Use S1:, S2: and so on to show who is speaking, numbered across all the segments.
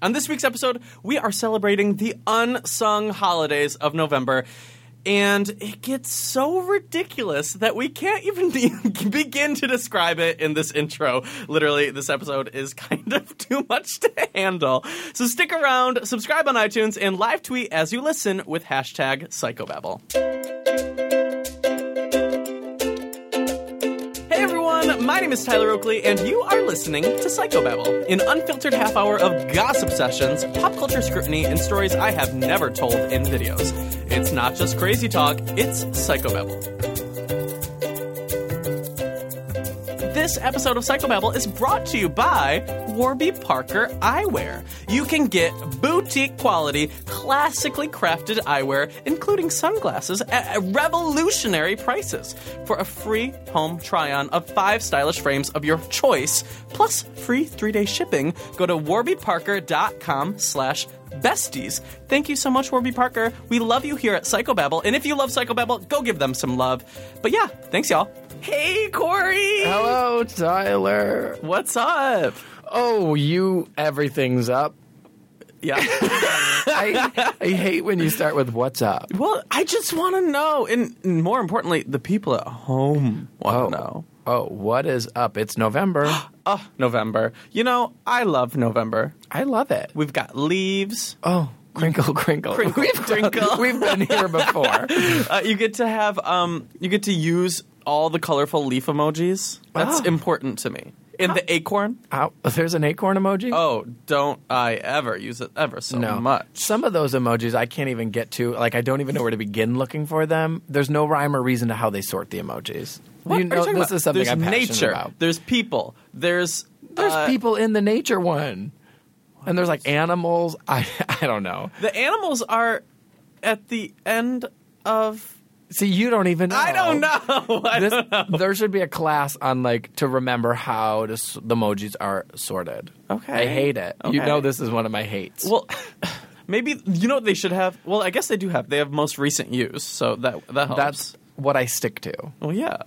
S1: On this week's episode, we are celebrating the unsung holidays of November. And it gets so ridiculous that we can't even begin to describe it in this intro. Literally, this episode is kind of too much to handle. So stick around, subscribe on iTunes, and live tweet as you listen with hashtag psychobabble. Hey everyone, my name is Tyler Oakley, and you are listening to Psychobabble, an unfiltered half hour of gossip sessions, pop culture scrutiny, and stories I have never told in videos. It's not just crazy talk, it's Psychobabble. This episode of Psychobabble is brought to you by Warby Parker Eyewear. You can get boutique quality, classically crafted eyewear, including sunglasses, at revolutionary prices. For a free home try on of five stylish frames of your choice, plus free three day shipping, go to warbyparker.com slash besties. Thank you so much, Warby Parker. We love you here at Psychobabble, and if you love Psychobabble, go give them some love. But yeah, thanks, y'all. Hey, Corey!
S2: Hello, Tyler.
S1: What's up?
S2: Oh, you, everything's up.
S1: Yeah.
S2: I, I, hate when you start with what's up.
S1: Well, I just want to know, and more importantly, the people at home want to
S2: oh.
S1: know.
S2: Oh, what is up? It's November.
S1: oh, November. You know, I love November.
S2: I love it.
S1: We've got leaves.
S2: Oh, crinkle, crinkle,
S1: crinkle,
S2: we've
S1: crinkle.
S2: Done, we've been here before.
S1: uh, you get to have, um, you get to use all the colorful leaf emojis. That's
S2: Oh.
S1: important to me. And the acorn.
S2: Ow, there's an acorn emoji.
S1: Oh, don't I ever use it ever so
S2: no.
S1: much.
S2: Some of those emojis I can't even get to. Like I don't even know where to begin looking for them. There's no rhyme or reason to how they sort the emojis.
S1: What
S2: you
S1: are
S2: know,
S1: talking
S2: this
S1: about?
S2: is something
S1: There's
S2: I'm passionate
S1: nature.
S2: about.
S1: There's people. There's
S2: There's
S1: uh,
S2: people in the nature one. And there's like animals. I I don't know.
S1: The animals are at the end of.
S2: See, you don't even know.
S1: I don't know. I
S2: This,
S1: don't know.
S2: there should be a class on like to remember how to, s- the emojis are sorted.
S1: Okay.
S2: I hate it. You
S1: Okay.
S2: know this is one of my hates.
S1: Well, maybe you know what they should have. Well, I guess they do have. They have most recent use, so that that helps.
S2: that's what I stick to.
S1: well, yeah.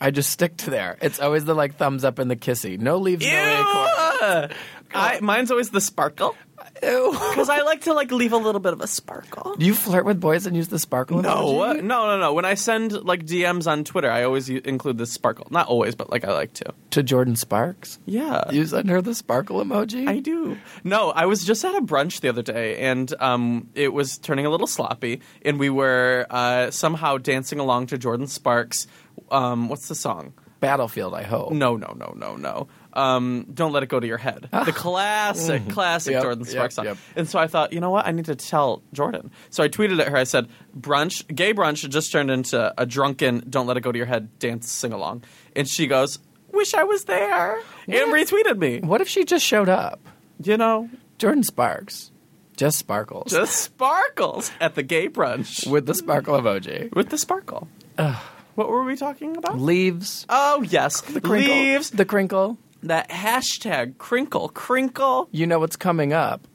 S2: I just stick to there. It's always the like thumbs up and the kissy. No leaves,
S1: Ew!
S2: no
S1: I, mine's always the sparkle
S2: acorn.
S1: because I like to like leave a little bit of a sparkle.
S2: Do you flirt with boys and use the sparkle?
S1: No, no,
S2: emoji?
S1: no, no. When I send like DMs on Twitter, I always u- include the sparkle. Not always, but like I like to.
S2: To Jordan Sparks,
S1: Yeah.
S2: you send her the sparkle emoji.
S1: I do. No, I was just at a brunch the other day, and um, it was turning a little sloppy, and we were uh, somehow dancing along to Jordan Sparks. Um, what's the song?
S2: Battlefield, I hope.
S1: No, no, no, no, no. Um, don't let it go to your head. The classic, classic
S2: Ah. Mm-hmm. Yep,
S1: Jordan
S2: yep,
S1: Sparks song.
S2: yep.
S1: And so I thought, you know what? I need to tell Jordan. So I tweeted at her. I said, "Brunch, gay brunch, just turned into a drunken don't let it go to your head dance sing along." And she goes, "Wish I was there," and
S2: What?
S1: retweeted me.
S2: What if she just showed up?
S1: You know,
S2: Jordan Sparks, just sparkles
S1: just sparkles at the gay brunch
S2: with the sparkle emoji.
S1: with the sparkle. What were we talking about?
S2: Leaves,
S1: Oh yes, the
S2: crinkle,
S1: leaves.
S2: the crinkle.
S1: That hashtag crinkle crinkle
S2: You know what's coming up?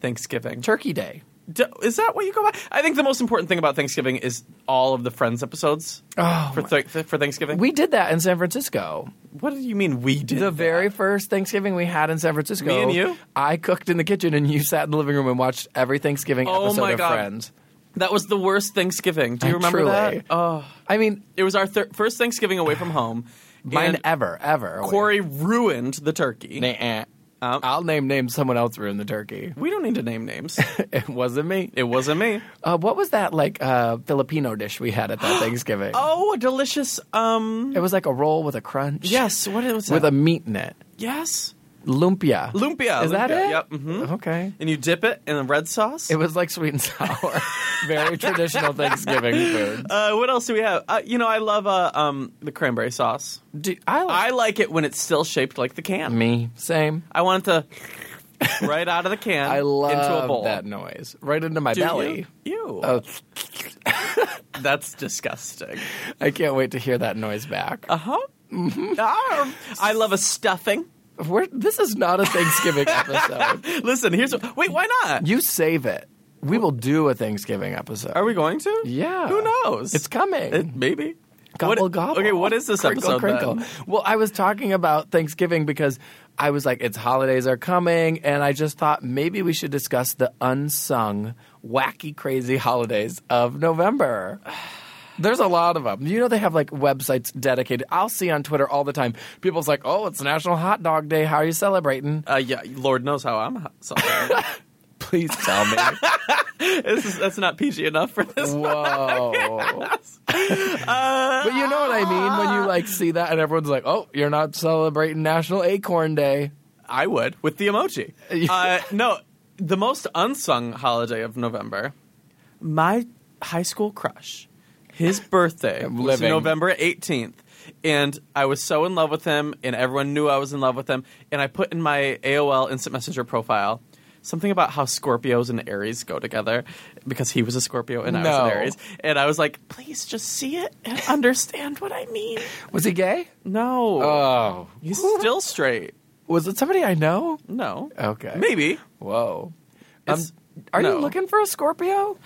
S1: Thanksgiving.
S2: Turkey Day.
S1: Do, is that what you go by? I think the most important thing about Thanksgiving is all of the Friends episodes
S2: Oh,
S1: for th- for Thanksgiving.
S2: We did that in San Francisco.
S1: what do you mean we did?
S2: The
S1: that?
S2: very first Thanksgiving we had in San Francisco.
S1: Me and you?
S2: I cooked in the kitchen and you sat in the living room and watched every Thanksgiving
S1: Oh
S2: episode
S1: my
S2: of
S1: God.
S2: Friends.
S1: that was the worst Thanksgiving. Do you
S2: I
S1: remember
S2: truly-
S1: that? Oh,
S2: I mean,
S1: it was our thir- first Thanksgiving away from home.
S2: mine
S1: and
S2: ever, ever.
S1: Corey ruined the turkey.
S2: Nah, eh.
S1: Um,
S2: I'll name name someone else ruined the turkey.
S1: we don't need to name names.
S2: it wasn't me.
S1: it wasn't me.
S2: Uh, what was that like uh, Filipino dish we had at that Thanksgiving?
S1: Oh, a delicious. Um.
S2: It was like a roll with a crunch.
S1: Yes. What was that?
S2: With a meat in it.
S1: yes.
S2: Lumpia.
S1: Lumpia.
S2: Is that
S1: lumpia.
S2: it?
S1: Yep. hmm
S2: Okay.
S1: And you dip it in the red sauce.
S2: It was like sweet and sour. Very traditional Thanksgiving food.
S1: uh, what else do we have? Uh, you know, I love uh, um, the cranberry sauce.
S2: Do, I,
S1: I like it when it's still shaped like the can.
S2: me same.
S1: I want it to right out of the can
S2: I
S1: into a bowl.
S2: love that noise right into my
S1: Do
S2: belly.
S1: You? Ew.
S2: Oh,
S1: That's disgusting.
S2: I can't wait to hear that noise back.
S1: Uh huh.
S2: Mm-hmm.
S1: Ah, I love a stuffing.
S2: We're, this is not a Thanksgiving episode.
S1: Listen, here's what, wait. Why not?
S2: You save it. We will do a Thanksgiving episode.
S1: Are we going to?
S2: yeah.
S1: Who knows?
S2: It's coming.
S1: It- maybe.
S2: Gobble
S1: What-
S2: gobble.
S1: okay, what is this
S2: crinkle,
S1: episode
S2: Crinkle.
S1: then?
S2: Well, I was talking about Thanksgiving because I was like, it's holidays are coming, and I just thought maybe we should discuss the unsung, wacky, crazy holidays of November. There's a lot of them. You know, they have like websites dedicated. I'll see on Twitter all the time. People's like, oh, it's National Hot Dog Day. How are you celebrating?
S1: Uh, yeah, Lord knows how I'm celebrating.
S2: Please tell me.
S1: this is, that's not PG enough for
S2: Oh,
S1: this.
S2: Whoa. but you know what I mean when you like see that and everyone's like, "Oh, you're not celebrating National Acorn Day."
S1: I would with the emoji. Uh, no, the most unsung holiday of November. My high school crush. His birthday
S2: I'm
S1: was
S2: living.
S1: November 18th. And I was so in love with him, and everyone knew I was in love with him. And I put in my AOL Instant Messenger profile something about how Scorpios and Aries go together because he was a Scorpio and I was
S2: No.
S1: an Aries. And I was like, please just see it and understand what I mean.
S2: Was he gay?
S1: No.
S2: Oh.
S1: He's still straight.
S2: Was it somebody I know?
S1: No.
S2: Okay.
S1: Maybe.
S2: Whoa. Um,
S1: It's-
S2: are
S1: no.
S2: you looking for a Scorpio?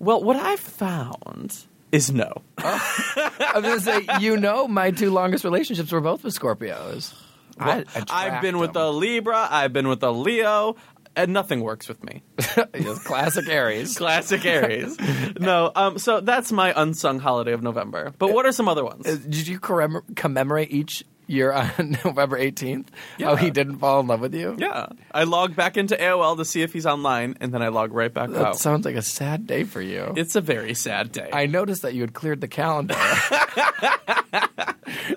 S1: Well, what I found is no.
S2: I was going to say, you know, my two longest relationships were both with Scorpios. I,
S1: I've been with a Libra, I've been with a Leo, and nothing works with me.
S2: the classic Aries.
S1: Classic Aries. no, um, so that's my unsung holiday of November. But what are some other ones?
S2: Uh, Did you commem- commemorate each year on November 18th? How he didn't fall in love with you?
S1: yeah. I log back into AOL to see if he's online, and then I log right back
S2: That
S1: out.
S2: sounds like a sad day for you.
S1: it's a very sad day.
S2: I noticed that you had cleared the calendar.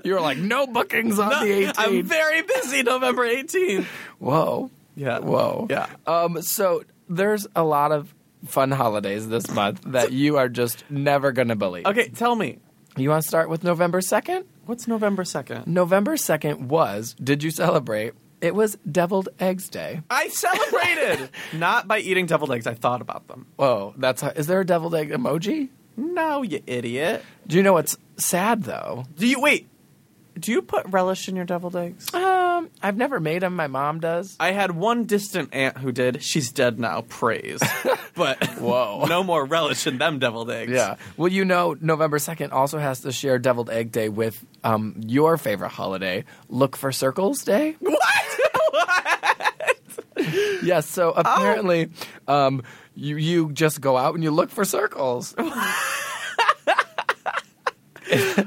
S2: you were like, no bookings on the 18th.
S1: I'm very busy November 18th.
S2: Whoa.
S1: Yeah.
S2: Whoa.
S1: Yeah.
S2: Um, so there's a lot of fun holidays this month that you are just never going to believe.
S1: Okay, tell me,
S2: You want to start with November 2nd?
S1: what's November 2nd?
S2: November 2nd was, did you celebrate? It was Deviled Eggs Day.
S1: I celebrated! Not by eating deviled eggs, I thought about them.
S2: Whoa, that's how, is there a deviled egg emoji?
S1: No, you idiot.
S2: Do you know what's sad though?
S1: Do you wait? Do you put relish in your deviled eggs?
S2: Um, I've never made them. My mom does.
S1: I had one distant aunt who did. She's dead now. Praise, but
S2: Whoa.
S1: no more relish in them deviled eggs.
S2: Yeah. Well, you know, November 2nd also has to share Deviled Egg Day with um, your favorite holiday, Look for Circles Day.
S1: What?
S2: Yes. So
S1: Oh.
S2: apparently, um, you, you just go out and you look for circles.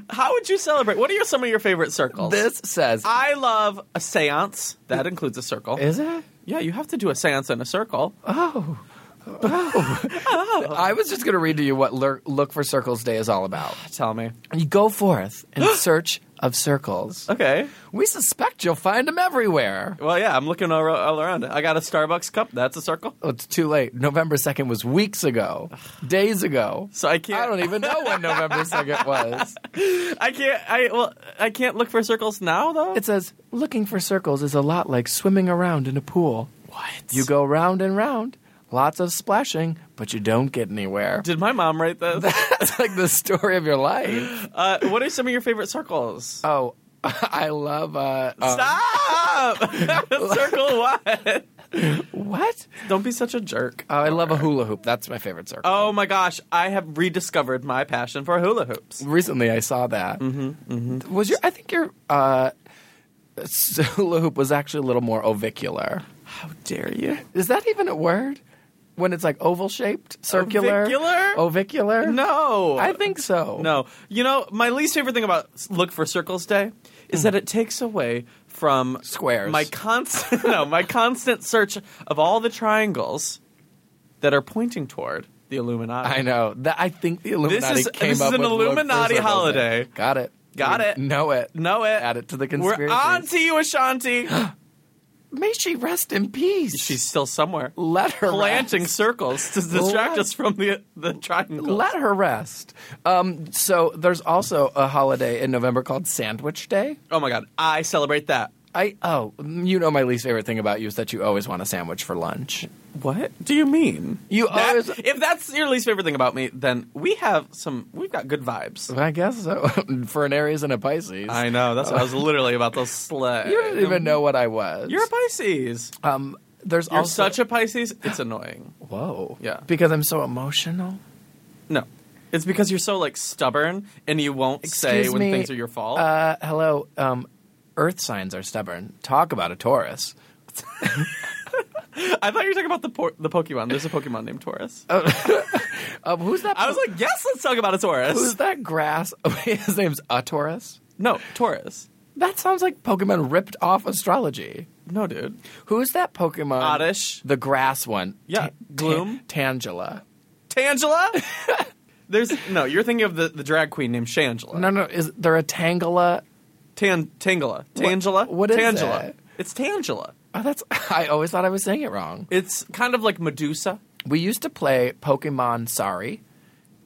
S1: How would you celebrate? What are your, some of your favorite circles?
S2: This says,
S1: I love a séance. That includes a circle.
S2: is it?
S1: yeah, you have to do a séance in a circle. Oh.
S2: I was just going to read to you what lur- Look for Circles Day is all about.
S1: Tell me.
S2: You go forth in search of circles.
S1: Okay.
S2: We suspect you'll find them everywhere.
S1: Well, yeah, I'm looking all, all around. I got a Starbucks cup. That's a circle.
S2: Oh, it's too late. November 2nd was weeks ago, days ago.
S1: So I can't.
S2: I don't even know when November 2nd was.
S1: I can't. I well, I can't look for circles now though.
S2: It says looking for circles is a lot like swimming around in a pool.
S1: what
S2: You go round and round, lots of splashing, but you don't get anywhere.
S1: Did my mom write this?
S2: That's like the story of your life.
S1: Uh, what are some of your favorite circles?
S2: Oh, I love uh, uh
S1: Stop! Circle what?
S2: what?
S1: Don't be such a jerk.
S2: Oh, I love a hula hoop. That's my favorite circle.
S1: Oh my gosh, I have rediscovered my passion for hula hoops.
S2: Recently, I saw that. Oh. Mm-hmm, Was your? I think your uh, s- hula hoop was actually a little more ovicular.
S1: How dare you?
S2: Is that even a word? When it's like oval shaped, circular,
S1: Ovicular?
S2: ovicular.
S1: No.
S2: I think so.
S1: No. You know, my least favorite thing about Look for Circles Day is that it takes away from
S2: Squares.
S1: My constant no, my constant search of all the triangles that are pointing toward the Illuminati.
S2: I know. That I think the Illuminati
S1: is-
S2: came
S1: this is
S2: up
S1: an
S2: with Look for
S1: Illuminati
S2: Circles
S1: holiday.
S2: Day. Got it.
S1: Got
S2: We
S1: it.
S2: Know it.
S1: Know it.
S2: Add it to the conspiracy.
S1: We're on to you, Ashanti.
S2: May she rest in peace.
S1: She's still somewhere.
S2: let her
S1: planting
S2: Rest.
S1: circles to distract
S2: Let-
S1: us from the the triangle.
S2: Let her rest. Um, so there's also a holiday in November called Sandwich Day.
S1: oh my god, I celebrate that.
S2: I oh, you know my least favorite thing about you is that you always want a sandwich for lunch.
S1: What do you mean?
S2: You
S1: That-
S2: always.
S1: if that's your least favorite thing about me, then we have some. We've got good vibes.
S2: I guess so. for an Aries and a Pisces.
S1: I know. That's what I was literally about to slay.
S2: Oh. you didn't even know what I was.
S1: You're a Pisces.
S2: um, there's
S1: You're
S2: also
S1: such a Pisces. It's annoying.
S2: whoa
S1: Yeah.
S2: because I'm so emotional.
S1: No, It's because you're so like stubborn and you won't say
S2: Excuse
S1: when
S2: me,
S1: things are your fault.
S2: Uh, hello. Um, Earth signs are stubborn. Talk about a Taurus.
S1: I thought you were talking about the por- the Pokemon. There's a Pokemon named Taurus.
S2: Um, who's that?
S1: I was like, yes, let's talk about a Uh, Taurus.
S2: who's that grass? His name's a Taurus.
S1: no, Taurus.
S2: That sounds like Pokemon ripped off astrology.
S1: No, dude. Um,
S2: Who's that Pokemon?
S1: Oddish.
S2: The grass one.
S1: Yeah, Gloom.
S2: Tangela.
S1: Tangela? There's no. You're thinking of the, the drag queen named Shangela.
S2: No, no. Is there a Tangela?
S1: Tan Tangela. Tangela.
S2: what is
S1: Tangela?
S2: that?
S1: It's Tangela.
S2: Oh, that's. I always thought I was saying it wrong.
S1: It's kind of like Medusa.
S2: We used to play Pokemon Sorry,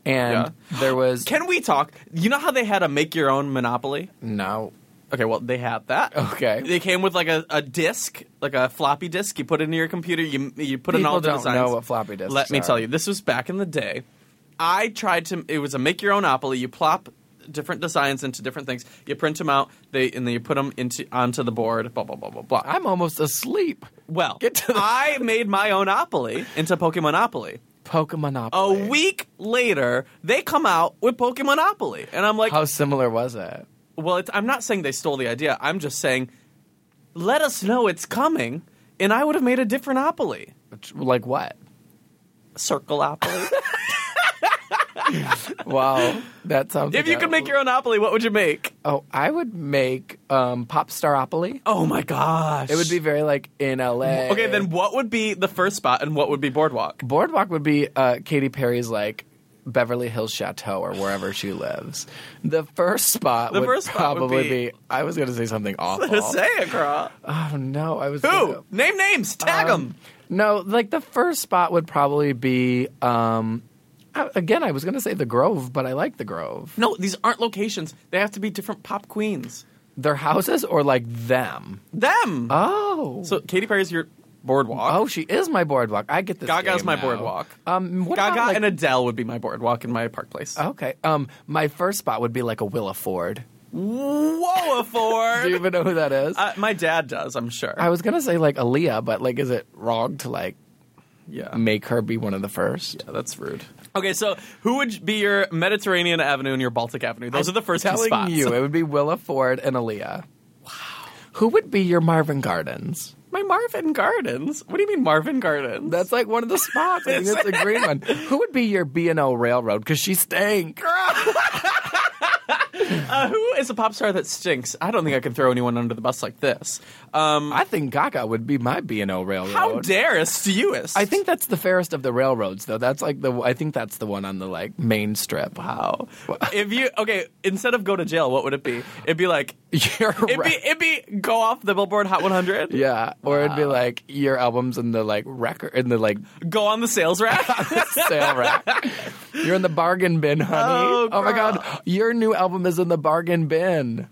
S2: and there was
S1: Can we talk? You know how they had a make your own Monopoly?
S2: no.
S1: Okay, well they had that.
S2: Okay.
S1: They came with like a, a disc, like a floppy disc. You put it into your computer. You you put in
S2: People
S1: all the
S2: don't
S1: designs.
S2: know what floppy disks
S1: Let me
S2: are.
S1: tell you, this was back in the day. I tried to. It was a make your own Opoly. You plop different designs into different things. You print them out. They and then you put them into onto the board. Blah blah blah blah blah.
S2: I'm almost asleep.
S1: well,
S2: Get to the-
S1: I made my own Opoly into Pokemonopoly.
S2: Pokemonopoly.
S1: A week later, they come out with Pokemonopoly, and I'm like,
S2: How similar was it?
S1: well, it's, I'm not saying they stole the idea. I'm just saying, let us know it's coming, and I would have made a different Opoly.
S2: Like what?
S1: Circle Opoly.
S2: Wow, that sounds.
S1: if
S2: like
S1: you
S2: a-
S1: could make your own Opoly, what would you make?
S2: oh, I would make um, Popstaropoly.
S1: Oh my gosh.
S2: It would be very like in LA.
S1: Okay, then what would be the first spot and what would be Boardwalk?
S2: Boardwalk would be uh, Katy Perry's like Beverly Hills Chateau or wherever she lives. The first spot
S1: The
S2: would
S1: first spot would
S2: probably
S1: be-
S2: I was going to say something awful.
S1: Say it, girl.
S2: oh no, I was gonna-
S1: Who? Name names. Tag
S2: Um,
S1: them.
S2: No, like the first spot would probably be um I- again, I was going to say the Grove, but I like the Grove.
S1: No, these aren't locations. They have to be different pop queens.
S2: Their houses or like them.
S1: Them.
S2: Oh.
S1: so Katy Perry's your Boardwalk.
S2: oh, she is my boardwalk. I get this.
S1: Gaga's
S2: game
S1: my
S2: now.
S1: boardwalk.
S2: Um what
S1: Gaga
S2: about, like-
S1: and Adele would be my Boardwalk in my park place.
S2: Okay. Um my first spot would be like a Willa Ford.
S1: Whoa, a
S2: Do you
S1: Ford.
S2: even know who that is?
S1: Uh, my dad does, I'm sure.
S2: I was gonna say like Aaliyah, but like, is it wrong to like
S1: yeah.
S2: make her be one of the first?
S1: That's rude. Okay, so who would be your Mediterranean Avenue and your Baltic Avenue? Those are the first two
S2: Telling
S1: spots.
S2: you, it would be Willa Ford and Aaliyah. Wow. Who would be your Marvin Gardens?
S1: My Marvin Gardens. What do you mean Marvin Gardens?
S2: That's like one of the spots. I think that's a green one. Who would be your B and O Railroad? Because she stank.
S1: uh, who is a pop star that stinks? I don't think I can throw anyone under the bus like this. Um,
S2: I think Gaga would be my B and O Railroad.
S1: how darest youest?
S2: I think that's the fairest of the railroads, though. That's like the. I think that's the one on the like main strip.
S1: Wow. If you okay, instead of go to jail, what would it be? It'd be like
S2: You're
S1: it'd
S2: right.
S1: be it'd be go off the Billboard Hot 100.
S2: yeah, or it'd be like your albums in the like record in the like
S1: Go on the sales rack.
S2: sale rack. You're in the bargain bin, honey.
S1: Oh,
S2: my
S1: girl.
S2: god, your new album is in the bargain bin.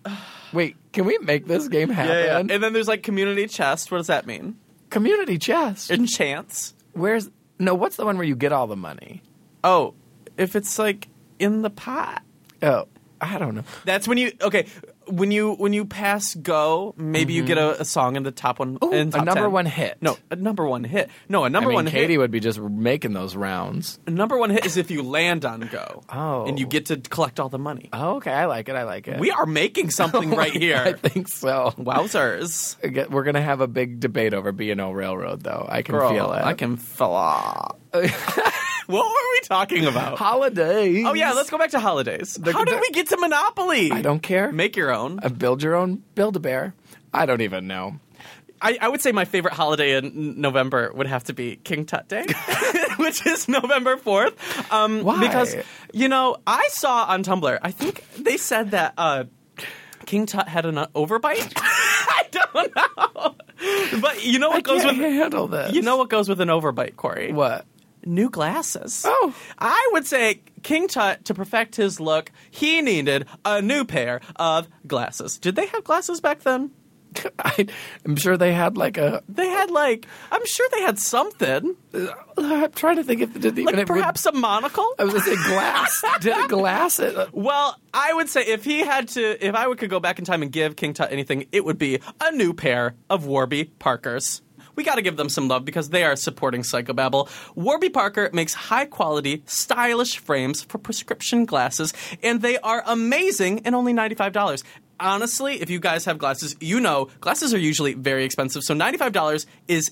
S2: Wait, can we make this game happen?
S1: Yeah, yeah. And then there's like community chest. What does that mean?
S2: Community chest.
S1: And chance.
S2: Where's no? What's the one where you get all the money?
S1: Oh, if it's like in the pot.
S2: Oh, I don't know.
S1: That's when you okay. When you when you pass go, maybe you get a, a song in the top one.
S2: Mm-hmm. Ooh,
S1: in top
S2: a number
S1: 10.
S2: one hit.
S1: No, a number one hit. No, a
S2: I
S1: number
S2: mean,
S1: one
S2: Katie
S1: hit.
S2: would be just making those rounds.
S1: A number one hit is if you land on go.
S2: Oh.
S1: and you get to collect all the money.
S2: Oh, okay, I like it. I like it.
S1: We are making something right
S2: I
S1: here.
S2: think so.
S1: Wowzers,
S2: Oh I get- We're gonna have a big debate over B and O Railroad, though. I can
S1: girl!
S2: feel it.
S1: I can flaw. what were we talking about?
S2: Holidays.
S1: Oh yeah, let's go back to holidays. How did
S2: the-
S1: we get to Monopoly?
S2: I don't care.
S1: Make your own.
S2: Uh, build your own build a bear. I don't even know.
S1: I, I would say my favorite holiday in November would have to be King Tut Day, which is November 4th. Um,
S2: Why?
S1: Because, you know, I saw on Tumblr, I think they said that uh, King Tut had an uh, overbite. I don't know. But you know what
S2: I
S1: goes
S2: can't
S1: with.
S2: handle this.
S1: You know what goes with an overbite, Corey?
S2: what?
S1: New glasses.
S2: Oh.
S1: I would say King Tut, to perfect his look, he needed a new pair of glasses. Did they have glasses back then?
S2: I, I'm sure they had like a.
S1: They had like I'm sure they had something.
S2: I'm trying to think if they did even
S1: Like
S2: if we-
S1: perhaps a monocle?
S2: I was gonna say glass. did it glass it?
S1: Well, I would say if he had to if I would could go back in time and give King Tut anything, it would be a new pair of Warby Parkers. we got to give them some love because they are supporting Psychobabble. Warby Parker makes high quality, stylish frames for prescription glasses, and they are amazing and only $95. Honestly, if you guys have glasses, you know glasses are usually very expensive. So $95 is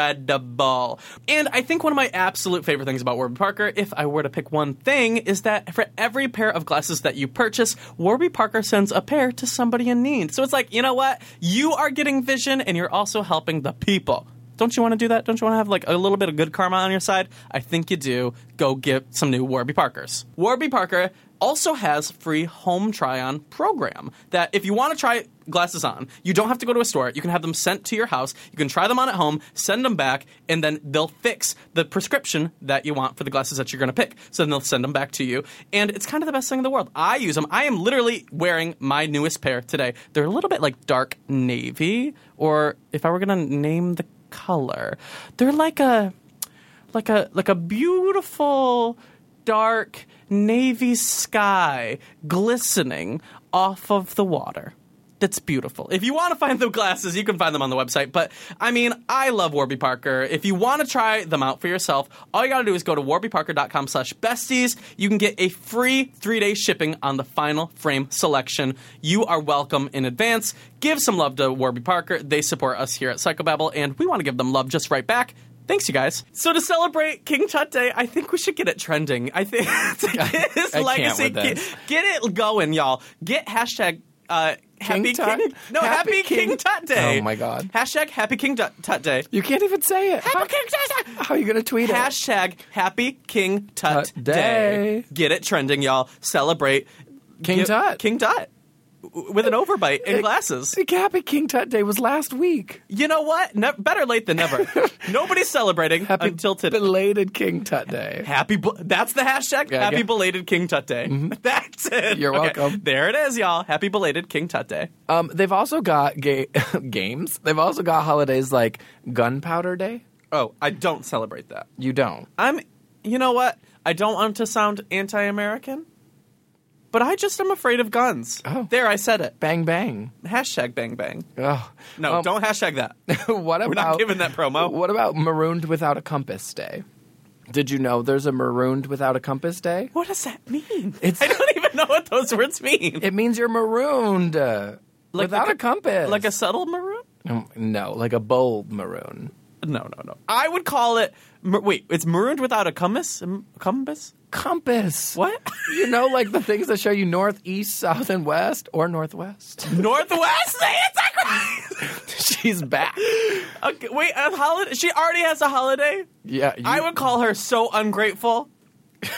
S1: incredible. And I think one of my absolute favorite things about Warby Parker, if I were to pick one thing, is that for every pair of glasses that you purchase, Warby Parker sends a pair to somebody in need. So it's like, you know what? You are getting vision and you're also helping the people. Don't you want to do that? Don't you want to have like a little bit of good karma on your side? I think you do. Go get some new Warby Parkers. Warby Parker also has free home try-on program that if you want to try glasses on, you don't have to go to a store. You can have them sent to your house. You can try them on at home, send them back, and then they'll fix the prescription that you want for the glasses that you're going to pick. So then they'll send them back to you, and it's kind of the best thing in the world. I use them. I am literally wearing my newest pair today. They're a little bit like dark navy, or if I were going to name the color. They're like a like a like a beautiful dark navy sky glistening off of the water. That's beautiful. If you want to find the glasses, you can find them on the website. But I mean, I love Warby Parker. If you want to try them out for yourself, all you got to do is go to warbyparker.com slash besties. You can get a free three-day shipping on the final frame selection. You are welcome in advance. Give some love to Warby Parker. They support us here at Psychobabble, and we want to give them love just right back. Thanks, you guys. So to celebrate King Tut Day, I think we should get it trending. I think to get his
S2: I can't
S1: legacy,
S2: with
S1: get,
S2: this.
S1: get it going, y'all. Get hashtag uh, Happy
S2: Tut?
S1: King. No, Happy,
S2: Happy
S1: King,
S2: King-
S1: Tut Day.
S2: Oh, my God.
S1: Hashtag Happy King Tut, Tut Day.
S2: You can't even say it. How,
S1: Happy King Tut Day.
S2: how are you going to tweet it?
S1: Hashtag Happy King Tut,
S2: Tut
S1: Day.
S2: Day.
S1: Get it trending, y'all. Celebrate
S2: King
S1: Give-
S2: Tut.
S1: King Tut. W- With an overbite and glasses.
S2: The Happy King Tut Day was last week.
S1: You know what? Ne- better late than never. Nobody's celebrating
S2: Happy
S1: until today.
S2: Belated King Tut Day.
S1: Happy, bel- that's the hashtag.
S2: Yeah, I
S1: happy
S2: guess-
S1: belated King Tut Day. That's it.
S2: You're welcome.
S1: There it is, y'all. Happy belated King Tut Day.
S2: Um, they've also got ga- games. They've also got holidays like Gunpowder Day.
S1: Oh, I don't celebrate that.
S2: You don't.
S1: I'm, you know what? I don't want to sound anti-American, but I just am afraid of guns.
S2: Oh.
S1: There, I said it.
S2: Bang bang.
S1: Hashtag bang bang.
S2: Oh
S1: No,
S2: Um,
S1: don't hashtag that.
S2: what about
S1: We're not giving that promo.
S2: What about Marooned Without a Compass Day? Did you know there's a Marooned Without a Compass Day?
S1: What does that mean?
S2: It's-
S1: I don't even know what those words mean.
S2: It means you're marooned uh, without
S1: like
S2: a compass.
S1: Like a subtle maroon?
S2: Um, no, like a bold maroon.
S1: No, no, no. I would call it. mar- Wait, it's marooned without a compass. Um, Compass?
S2: Compass.
S1: What?
S2: You know, like the things that show you north, east, south, and west, or northwest.
S1: Northwest? It's like-
S2: She's back.
S1: okay, wait, a holiday. She already has a holiday.
S2: Yeah, you,
S1: I would call her so ungrateful.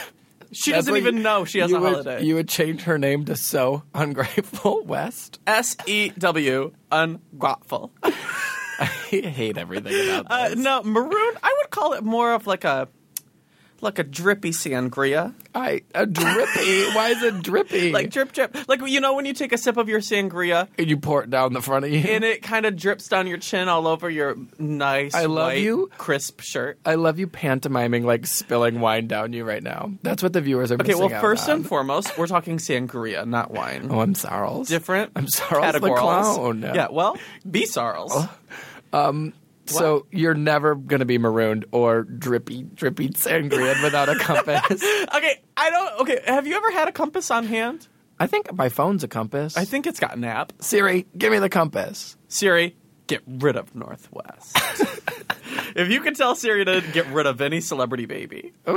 S1: She
S2: that's
S1: doesn't
S2: what
S1: even
S2: you-
S1: know she has
S2: you
S1: a
S2: would-
S1: holiday.
S2: You would change her name to So Ungrateful West.
S1: S E W ungrateful.
S2: I hate everything about
S1: Uh,
S2: this.
S1: no, maroon. I would call it more of like a like a drippy sangria,
S2: I a drippy. Why is it drippy?
S1: like drip drip. Like you know when you take a sip of your sangria
S2: you pour it down the front of you.
S1: and it kind of drips down your chin all over your nice,
S2: I love
S1: white,
S2: you.
S1: crisp shirt.
S2: I love you pantomiming like spilling wine down you right now. That's what the viewers are.
S1: Okay, well,
S2: missing out
S1: first
S2: on.
S1: and foremost, we're talking sangria, not wine.
S2: Oh, I'm Sarles.
S1: Different.
S2: I'm Sarles the
S1: categorals.
S2: clown.
S1: Yeah, well, be Sarles.
S2: So you're never gonna be marooned or drippy, drippy sangria without a compass.
S1: Okay, I don't. Okay, have you ever had a compass on hand?
S2: I think my phone's a compass.
S1: I think it's got an app.
S2: Siri, give me the compass.
S1: Siri, get rid of Northwest. if you could tell Siri to get rid of any celebrity baby, uh,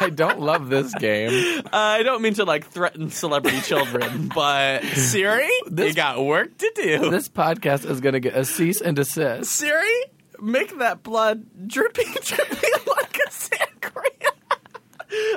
S2: I don't love this game.
S1: Uh, I don't mean to like threaten celebrity children, but Siri, you
S2: This-
S1: got work to do.
S2: This podcast is gonna get a cease and desist.
S1: Siri, make that blood dripping, dripping like a sangria.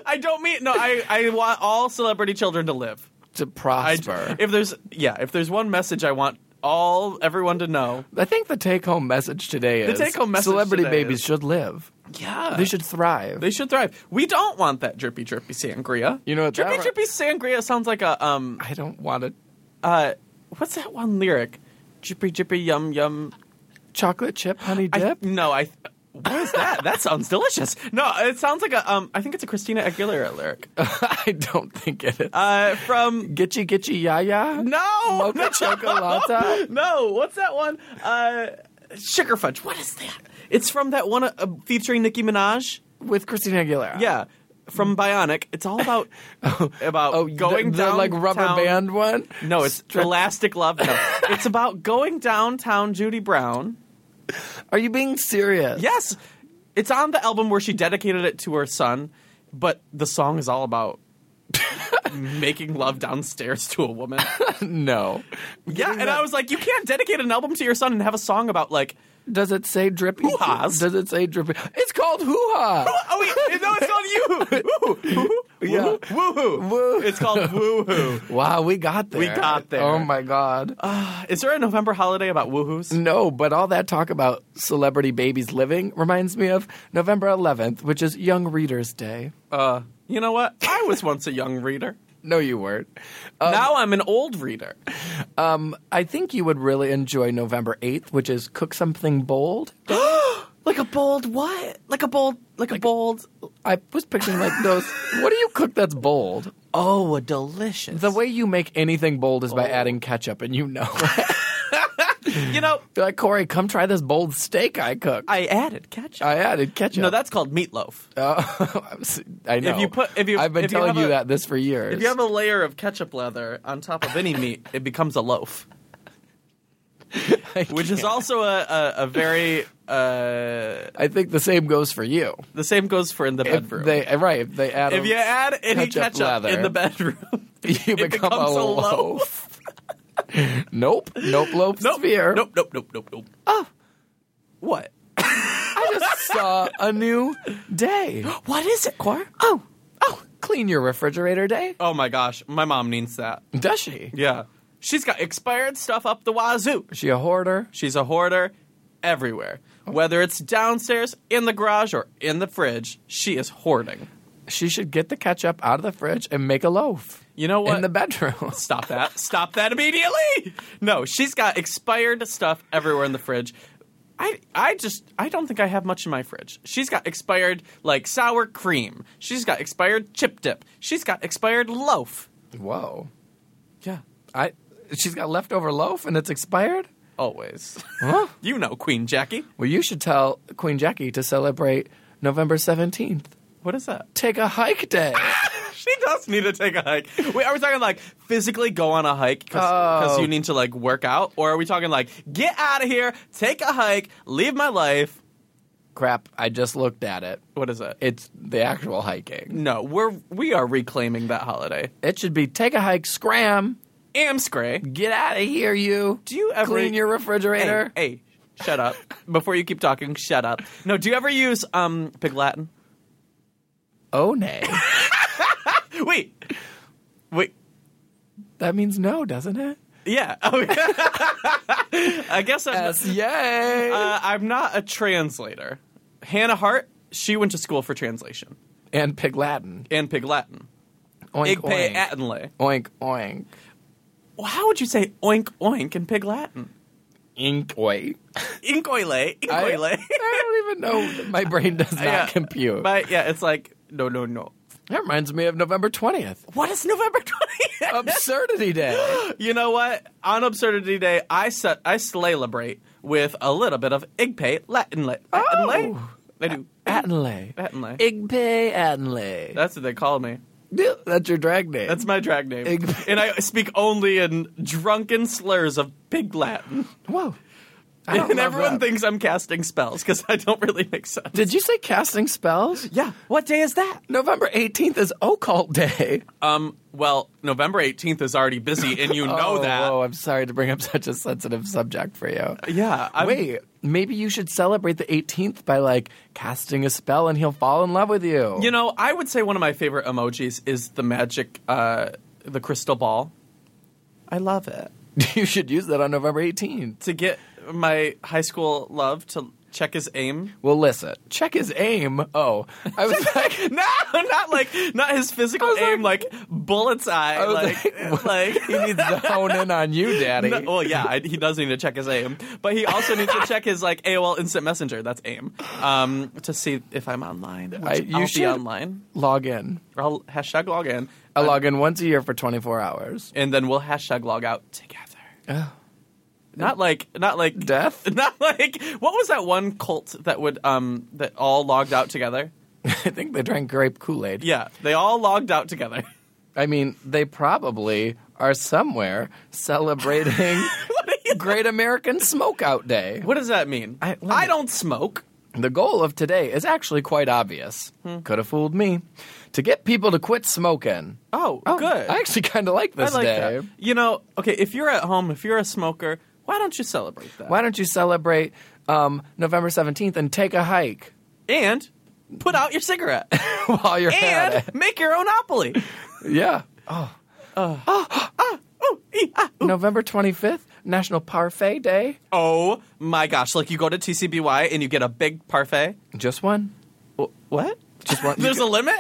S1: I don't mean no. I, I want all celebrity children to live.
S2: To
S1: I,
S2: prosper.
S1: if there's yeah, if there's one message I want all everyone to know,
S2: I think the take-home message today is
S1: take-home message
S2: celebrity
S1: today
S2: babies
S1: is-
S2: should live.
S1: yeah,
S2: They should thrive.
S1: they should thrive. We don't want that drippy drippy sangria.
S2: You know what
S1: drippy
S2: that-
S1: drippy sangria sounds like a um
S2: I don't want to
S1: uh what's that one lyric? Drippy drippy yum yum.
S2: chocolate chip honey
S1: I-
S2: dip.
S1: no, I. What is that? that sounds delicious. No, it sounds like a um. I think it's a Christina Aguilera lyric.
S2: I, don't think it is.
S1: Uh, from
S2: Gitchy gitchy ya ya.
S1: no,
S2: Mocha
S1: no,
S2: chocolata.
S1: no. What's that one? Uh, Sugar fudge. What is that? It's from that one uh, featuring Nicki Minaj.
S2: with Christina Aguilera.
S1: Yeah, from Bionic. It's all about about
S2: Oh,
S1: going
S2: the, the,
S1: down
S2: like rubber
S1: town-
S2: band one.
S1: No, it's Elastic Love. No. it's about going downtown, Judy Brown.
S2: Are you being serious?
S1: Yes, it's on the album where she dedicated it to her son, but the song is all about making love downstairs to a woman.
S2: No.
S1: yeah, and I was like, you can't dedicate an album to your son and have a song about like.
S2: Does it say drippy?
S1: Hoo-has.
S2: Does it say drippy? It's called hoo ha.
S1: Oh wait, no, it's not you. Woo,
S2: Yeah.
S1: woo, woo, woo. It's called woohoo.
S2: Wow, we got there.
S1: We got there.
S2: Oh my god.
S1: Is there a November holiday about woohoos?
S2: No, but all that talk about celebrity babies living reminds me of November 11th, which is Young Readers Day.
S1: Uh, you know what? I was once a young reader.
S2: No, you weren't.
S1: now I'm an old reader.
S2: Um, I think you would really enjoy November 8th, which is Cook Something Bold.
S1: Like a bold what? Like a bold, like, a bold.
S2: I was picturing like those. what do you cook that's bold?
S1: Oh, a delicious.
S2: The way you make anything bold is by
S1: Oh.
S2: adding ketchup, and you know.
S1: you know,
S2: They're like, Corey, come try this bold steak I cooked.
S1: I added ketchup.
S2: I added ketchup.
S1: no, that's called meatloaf.
S2: Oh, I'm s- I know.
S1: you put- if you-
S2: I've been
S1: if you
S2: telling
S1: have
S2: you,
S1: a-
S2: that this for years.
S1: If you have a layer of ketchup leather on top of any meat, it becomes a loaf,
S2: I
S1: which is
S2: can't.
S1: also a, a, a very. Uh,
S2: I think the same goes for you.
S1: the same goes for in the
S2: If
S1: bedroom.
S2: they eh, right, if they add
S1: if
S2: a-
S1: you add any
S2: ketchup
S1: ketchup,
S2: leather,
S1: in the bedroom,
S2: you
S1: it
S2: become
S1: becomes
S2: a
S1: a
S2: loaf.
S1: loaf.
S2: nope, nope, loaf
S1: nope,
S2: sphere.
S1: nope, nope, nope, nope, nope. Oh, what?
S2: I just saw a new day.
S1: What is it, Cor?
S2: Oh, oh, clean your refrigerator day.
S1: Oh my gosh, my mom needs that.
S2: Does she?
S1: Yeah. She's got expired stuff up the wazoo.
S2: Is she a hoarder?
S1: She's a hoarder everywhere. Whether it's downstairs, in the garage, or in the fridge, she is hoarding.
S2: She should get the ketchup out of the fridge and make a loaf
S1: You know what?
S2: in the bedroom.
S1: Stop that. Stop that immediately. No, she's got expired stuff everywhere in the fridge. I, I just I don't think I have much in my fridge. She's got expired like sour cream. She's got expired chip dip. She's got expired loaf.
S2: Whoa,
S1: Yeah.
S2: I. She's got leftover loaf and it's expired.
S1: Always.
S2: Huh?
S1: you know Queen Jackie.
S2: Well, you should tell Queen Jackie to celebrate November 17th.
S1: What is that?
S2: Take a hike day.
S1: She does need to take a hike. Wait, are we talking like physically go on a hike because
S2: Oh.
S1: you need to like work out, or are we talking like get out of here, take a hike, leave my life?
S2: Crap, I just looked at it.
S1: What is it?
S2: It's the actual hiking.
S1: No, we're we are reclaiming that holiday.
S2: It should be take a hike, scram,
S1: Amscray,
S2: get out of here, you.
S1: do you ever
S2: Clean your
S1: hey,
S2: refrigerator.
S1: hey, shut up before you keep talking. Shut up. No, do you ever use um pig Latin?
S2: Oh, nay.
S1: Wait, wait.
S2: that means no, doesn't it?
S1: Yeah. Oh, yeah. I guess I'm
S2: Yes, yay.
S1: Uh, I'm not a translator. Hannah Hart, she went to school for translation
S2: and pig Latin.
S1: and Pig Latin.
S2: Oink,
S1: Ig pay
S2: oink.
S1: atinle.
S2: oink, oink.
S1: Well, how would you say oink oink in Pig Latin?
S2: Ink, oink.
S1: Inkoile,
S2: I,
S1: inkoile.
S2: I don't even know. My brain does not
S1: Yeah,
S2: compute.
S1: But yeah, it's like, no, no, no.
S2: that reminds me of November 20th.
S1: What is November 20th?
S2: Absurdity Day.
S1: you know what? On Absurdity Day, I set, I celebrate with a little bit of igpe latinle. Latinle?
S2: Oh.
S1: I do.
S2: Attenley.
S1: Latinle.
S2: Igpe Attenley.
S1: That's what they call me.
S2: Yeah, That's your drag name.
S1: That's my drag name.
S2: Ig-
S1: and I speak only in drunken slurs of pig Latin.
S2: whoa. I don't
S1: And
S2: love
S1: everyone
S2: that.
S1: thinks I'm casting spells because I don't really make sense.
S2: Did you say casting spells?
S1: yeah. What day is that?
S2: November 18th is Occult Day.
S1: Um, well, November 18th is already busy and you know
S2: oh,
S1: that. Uh,
S2: Whoa, I'm sorry to bring up such a sensitive subject for you.
S1: Yeah. I'm,
S2: Wait, maybe you should celebrate the 18th by like casting a spell and he'll fall in love with you.
S1: You know, I would say one of my favorite emojis is the magic, uh, the crystal ball. I love it.
S2: you should use that on November 18th.
S1: To get my high school love to check his aim.
S2: Well, listen, check his aim. Oh, I was like,
S1: No, not like not his physical
S2: I was
S1: aim, like, bullets eye,
S2: was
S1: like like.
S2: he needs to hone in on you, Daddy.
S1: No, well, yeah, I, he does need to check his aim, but he also needs to check his like AOL Instant Messenger. That's aim um, to see if I'm online. Which
S2: I- you
S1: I'll be
S2: should-
S1: online.
S2: Log in.
S1: I'll hashtag log in,
S2: I log in once a year for 24 hours.
S1: and then we'll hashtag log out together.
S2: Oh.
S1: Not like not like
S2: Death?
S1: Not like what was that one cult that would um that all logged out together?
S2: I think they drank grape Kool Aid.
S1: Yeah, they all logged out together.
S2: I mean, they probably are somewhere celebrating Great American Smokeout Day.
S1: What does that mean?
S2: I- let
S1: I
S2: me-
S1: don't smoke.
S2: The goal of today is actually quite obvious.
S1: Hmm.
S2: Could have fooled me. To get people to quit smoking.
S1: Oh,
S2: Oh,
S1: good.
S2: I actually kind of like
S1: I
S2: this
S1: like
S2: day.
S1: that. You know, okay, if you're at home, if you're a smoker, why don't you celebrate that?
S2: Why don't you celebrate um, November 17th and take a hike
S1: And put out your cigarette
S2: while you're at
S1: and
S2: it?
S1: make your own opoly.
S2: Yeah. Oh. Ah. November 25th, National Parfait Day.
S1: Oh my gosh! Like you go to TCBY and you get a big parfait.
S2: Just one.
S1: Wh- What?
S2: Just one.
S1: There's a limit.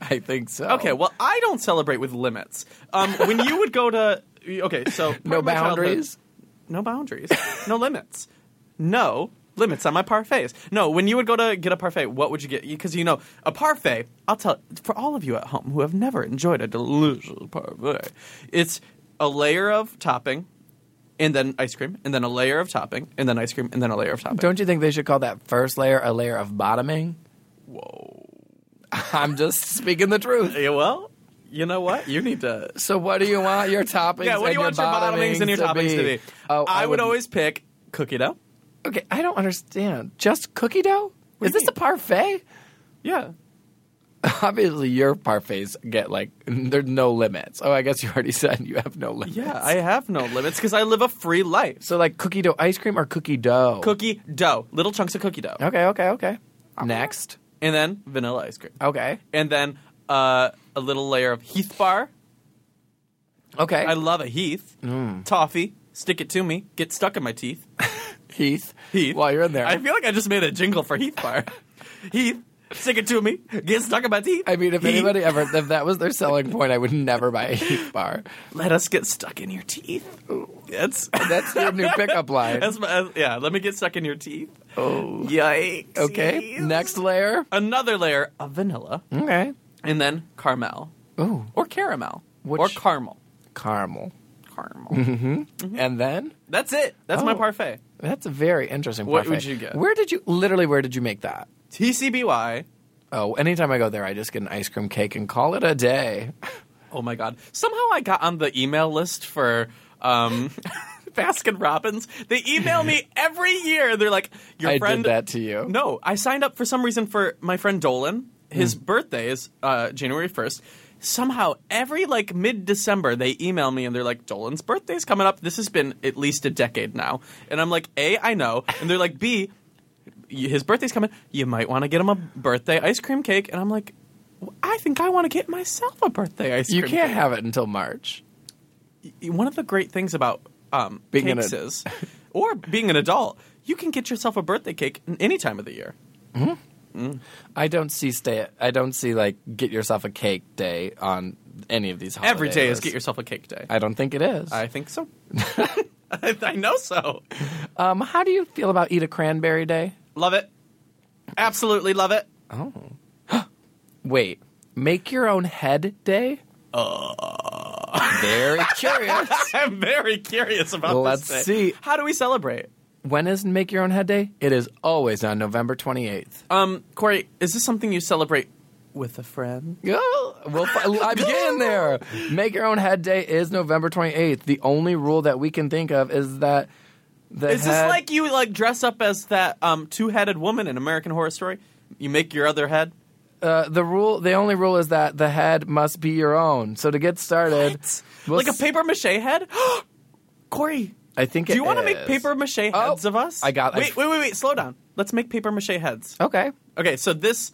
S2: I think so.
S1: Okay, well, I don't celebrate with limits. Um, when you would go to okay, so part
S2: No
S1: of my childhood-
S2: boundaries?
S1: no boundaries, no limits, no limits on my parfaits. No, when you would go to get a parfait, what would you get? Because you know a parfait. I'll tell for all of you at home who have never enjoyed a delicious parfait, it's a layer of topping. And then ice cream, and then a layer of topping, and then ice cream, and then a layer of topping.
S2: Don't you think they should call that first layer a layer of bottoming? Whoa. I'm just speaking the truth.
S1: Yeah, well, you know what? You need to.
S2: So, what do you want your toppings?
S1: Yeah, what do
S2: and
S1: you want your bottomings and your toppings to be?
S2: Oh,
S1: I, would, always pick cookie dough.
S2: Okay, I don't understand. Just cookie dough?
S1: What
S2: Is
S1: do you
S2: this a parfait?
S1: Yeah.
S2: Obviously, your parfaits get like there's no limits. Oh, I guess you already said you have no limits.
S1: Yeah, I have no limits because I live a free life.
S2: so like cookie dough ice cream or cookie dough?
S1: Cookie dough, little chunks of cookie dough,
S2: Okay, okay, okay.
S1: Uh-huh.
S2: Next.
S1: and then vanilla ice cream,
S2: Okay.
S1: and then uh, a little layer of Heath bar.
S2: Okay.
S1: I love a Heath toffee. Stick it to me. Get stuck in my teeth.
S2: Heath.
S1: Heath.
S2: While you're in there.
S1: I feel like I just made a jingle for Heath bar. Heath, stick it to me. Get stuck in my teeth.
S2: I mean, if
S1: Heath,
S2: anybody ever, if that was their selling point, I would never buy a Heath bar.
S1: let us get stuck in your teeth. That's
S2: That's your new pickup line.
S1: That's my, uh, yeah, let me get stuck in your teeth.
S2: Oh.
S1: Yikes.
S2: Okay. Next layer.
S1: Another layer of vanilla,
S2: Okay.
S1: and then caramel.
S2: Ooh,
S1: Or caramel.
S2: Which-
S1: Or caramel.
S2: caramel.
S1: Caramel. Mm-hmm.
S2: And then
S1: That's it. That's my
S2: Oh.
S1: parfait.
S2: that's a very interesting.
S1: What
S2: parfait.
S1: would you get?
S2: Where did you literally? Where did you make that?
S1: TCBY.
S2: Oh, anytime I go there, I just get an ice cream cake and call it a day.
S1: Oh my God. Somehow I got on the email list for. Um, Baskin Robbins. They email me every year. They're like, "Your
S2: I
S1: friend
S2: did that to you.
S1: No, I signed up for some reason for my friend Dolan. His
S2: Hmm.
S1: birthday is uh, January 1st. Somehow, every like mid December, they email me and they're like, Dolan's birthday's coming up. This has been at least a decade now. And I'm like, A, I know. And they're like, B, y- his birthday's coming. You might want to get him a birthday ice cream cake. And I'm like, "W- I think I want to get myself a birthday ice
S2: you
S1: cream
S2: can't have it until March.
S1: cake. One of the great things about um,
S2: Being an
S1: cakes
S2: ad-
S1: is, or being an adult, you can get yourself a birthday cake n- any time of the year.
S2: I don't see stay. I don't see like get yourself a cake day on any of these. Holidays.
S1: Every day is get yourself a cake day.
S2: I don't think it is.
S1: I think so. I, I know so.
S2: um, how do you feel about eat a cranberry day?
S1: Love it. Absolutely love it.
S2: Wait, make your own head day. Uh... Very curious.
S1: I'm very curious about
S2: Let's
S1: this. day.
S2: see.
S1: How do we celebrate?
S2: when is Make Your Own Head Day? It is always on November 28th.
S1: Um, Corey, is this something you celebrate with a friend?
S2: Oh, well, fi- I'm getting there. Make Your Own Head Day is November 28th. The only rule that we can think of is that the
S1: Is this
S2: head-
S1: like you like dress up as that um, two-headed woman in American Horror Story? You make your other head.
S2: uh, the rule. The only rule is that the head must be your own. So to get started, we'll
S1: like a
S2: s-
S1: paper mache head? Corey,
S2: I think.
S1: do
S2: it
S1: you want to make
S2: is.
S1: paper mache heads of us?
S2: I got- I
S1: Wait,
S2: f-
S1: wait, wait, wait. Slow down. Let's make paper mache heads.
S2: Okay.
S1: Okay, so this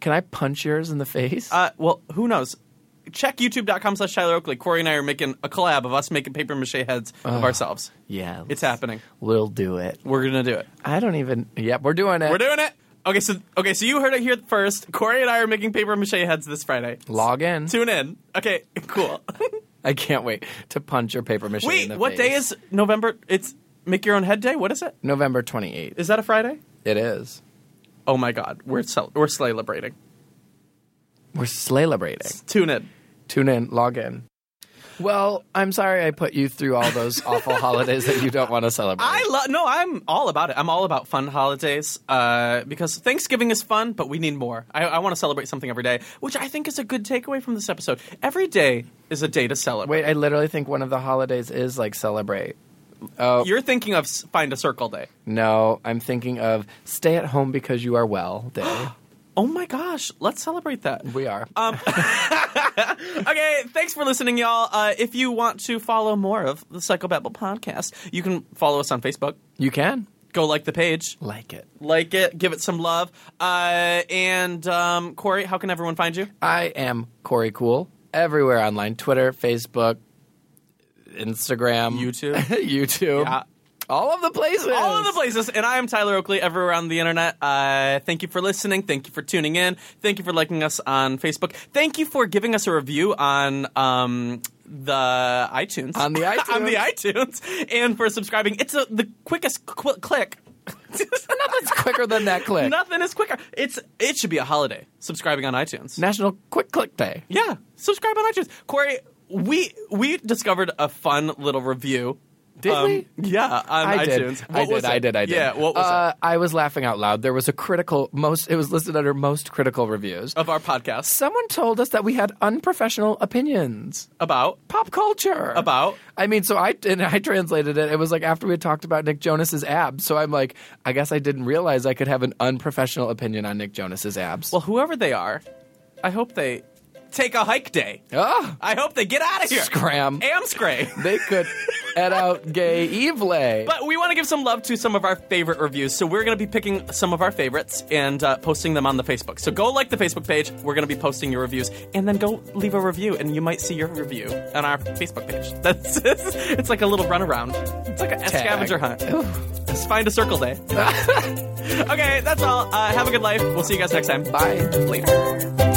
S2: Can I punch yours in the face?
S1: Uh, well, who knows? Check youtube.com slash Tyler Oakley. Corey and I are making a collab of us making paper mache heads of ourselves.
S2: yeah.
S1: It's happening.
S2: We'll do it.
S1: We're going to do it.
S2: I don't even. Yep, we're doing it.
S1: We're doing it. Okay, so okay, so you heard it here first. Corey and I are making paper mache heads this Friday.
S2: Log in.
S1: Tune in. Okay, cool.
S2: I can't wait to punch your paper machine. in
S1: Wait,
S2: the
S1: what
S2: face.
S1: day is November? It's Make Your Own Head Day. What is it?
S2: November 28th?
S1: Is that a Friday?
S2: It is.
S1: Oh my God, we're cel- we're celebrating.
S2: We're celebrating.
S1: Tune in.
S2: Tune in, log in. Well, I'm sorry I put you through all those awful holidays that you don't want to celebrate.
S1: I love. No, I'm all about it. I'm all about fun holidays uh, because Thanksgiving is fun, but we need more. I, I want to celebrate something every day, which I think is a good takeaway from this episode. Every day is a day to celebrate.
S2: Wait, I literally think one of the holidays is like celebrate.
S1: You're thinking of s- find a circle day.
S2: No, I'm thinking of stay at home because you are well day.
S1: Oh my gosh, let's celebrate that. Um,
S2: we are.
S1: okay, thanks for listening, y'all. Uh, if you want to follow more of the Psychobabble podcast, you can follow us on Facebook.
S2: you can
S1: Go like the page,
S2: like it.
S1: like it, give it some love. Uh, and um, Corey, how can everyone find you?
S2: I am Corey Cool everywhere online Twitter, Facebook, Instagram,
S1: YouTube.
S2: YouTube.
S1: Yeah.
S2: All of the places.
S1: All of the places. And I am Tyler Oakley, everywhere on the internet. Uh, thank you for listening. Thank you for tuning in. Thank you for liking us on Facebook. Thank you for giving us a review on. Um, the iTunes
S2: On the
S1: on the
S2: iTunes.
S1: iTunes and for subscribing it's a, the quickest qu- click
S2: Nothing's quicker than that click.
S1: Nothing is quicker. It's it should be a holiday. Subscribing on iTunes.
S2: National Quick Click Day.
S1: yeah, subscribe on iTunes. Corey, we we discovered a fun little review. Um,
S2: Did we?
S1: Yeah, on
S2: I did.
S1: iTunes.
S2: I
S1: What was
S2: did. I
S1: it?
S2: did. I did.
S1: Yeah. What was
S2: uh, I was laughing out loud. There was a critical most. It was listed under most critical reviews.
S1: it? Of our podcast
S2: Someone told us that we had unprofessional opinions.
S1: about
S2: Pop culture
S1: About?
S2: I mean, so I and I translated it. It was like after we had talked about Nick Jonas's abs. So I'm like, I guess I didn't realize I could have an unprofessional opinion on Nick Jonas's abs.
S1: well, whoever they are. I hope they take a hike day.
S2: Ah,
S1: I hope they get out of here.
S2: Scram.
S1: Amscray.
S2: they could edit out gay Evlay.
S1: But we want to give some love to some of our favorite reviews, so we're going to be picking some of our favorites and uh, posting them on the Facebook. So go like the Facebook page. We're going to be posting your reviews, and then go leave a review, and you might see your review on our Facebook page. That's it's like a little runaround. It's like a scavenger hunt. Just find a circle day. okay, that's all. Uh, have a good life. We'll see you guys next time.
S2: Bye.
S1: Later.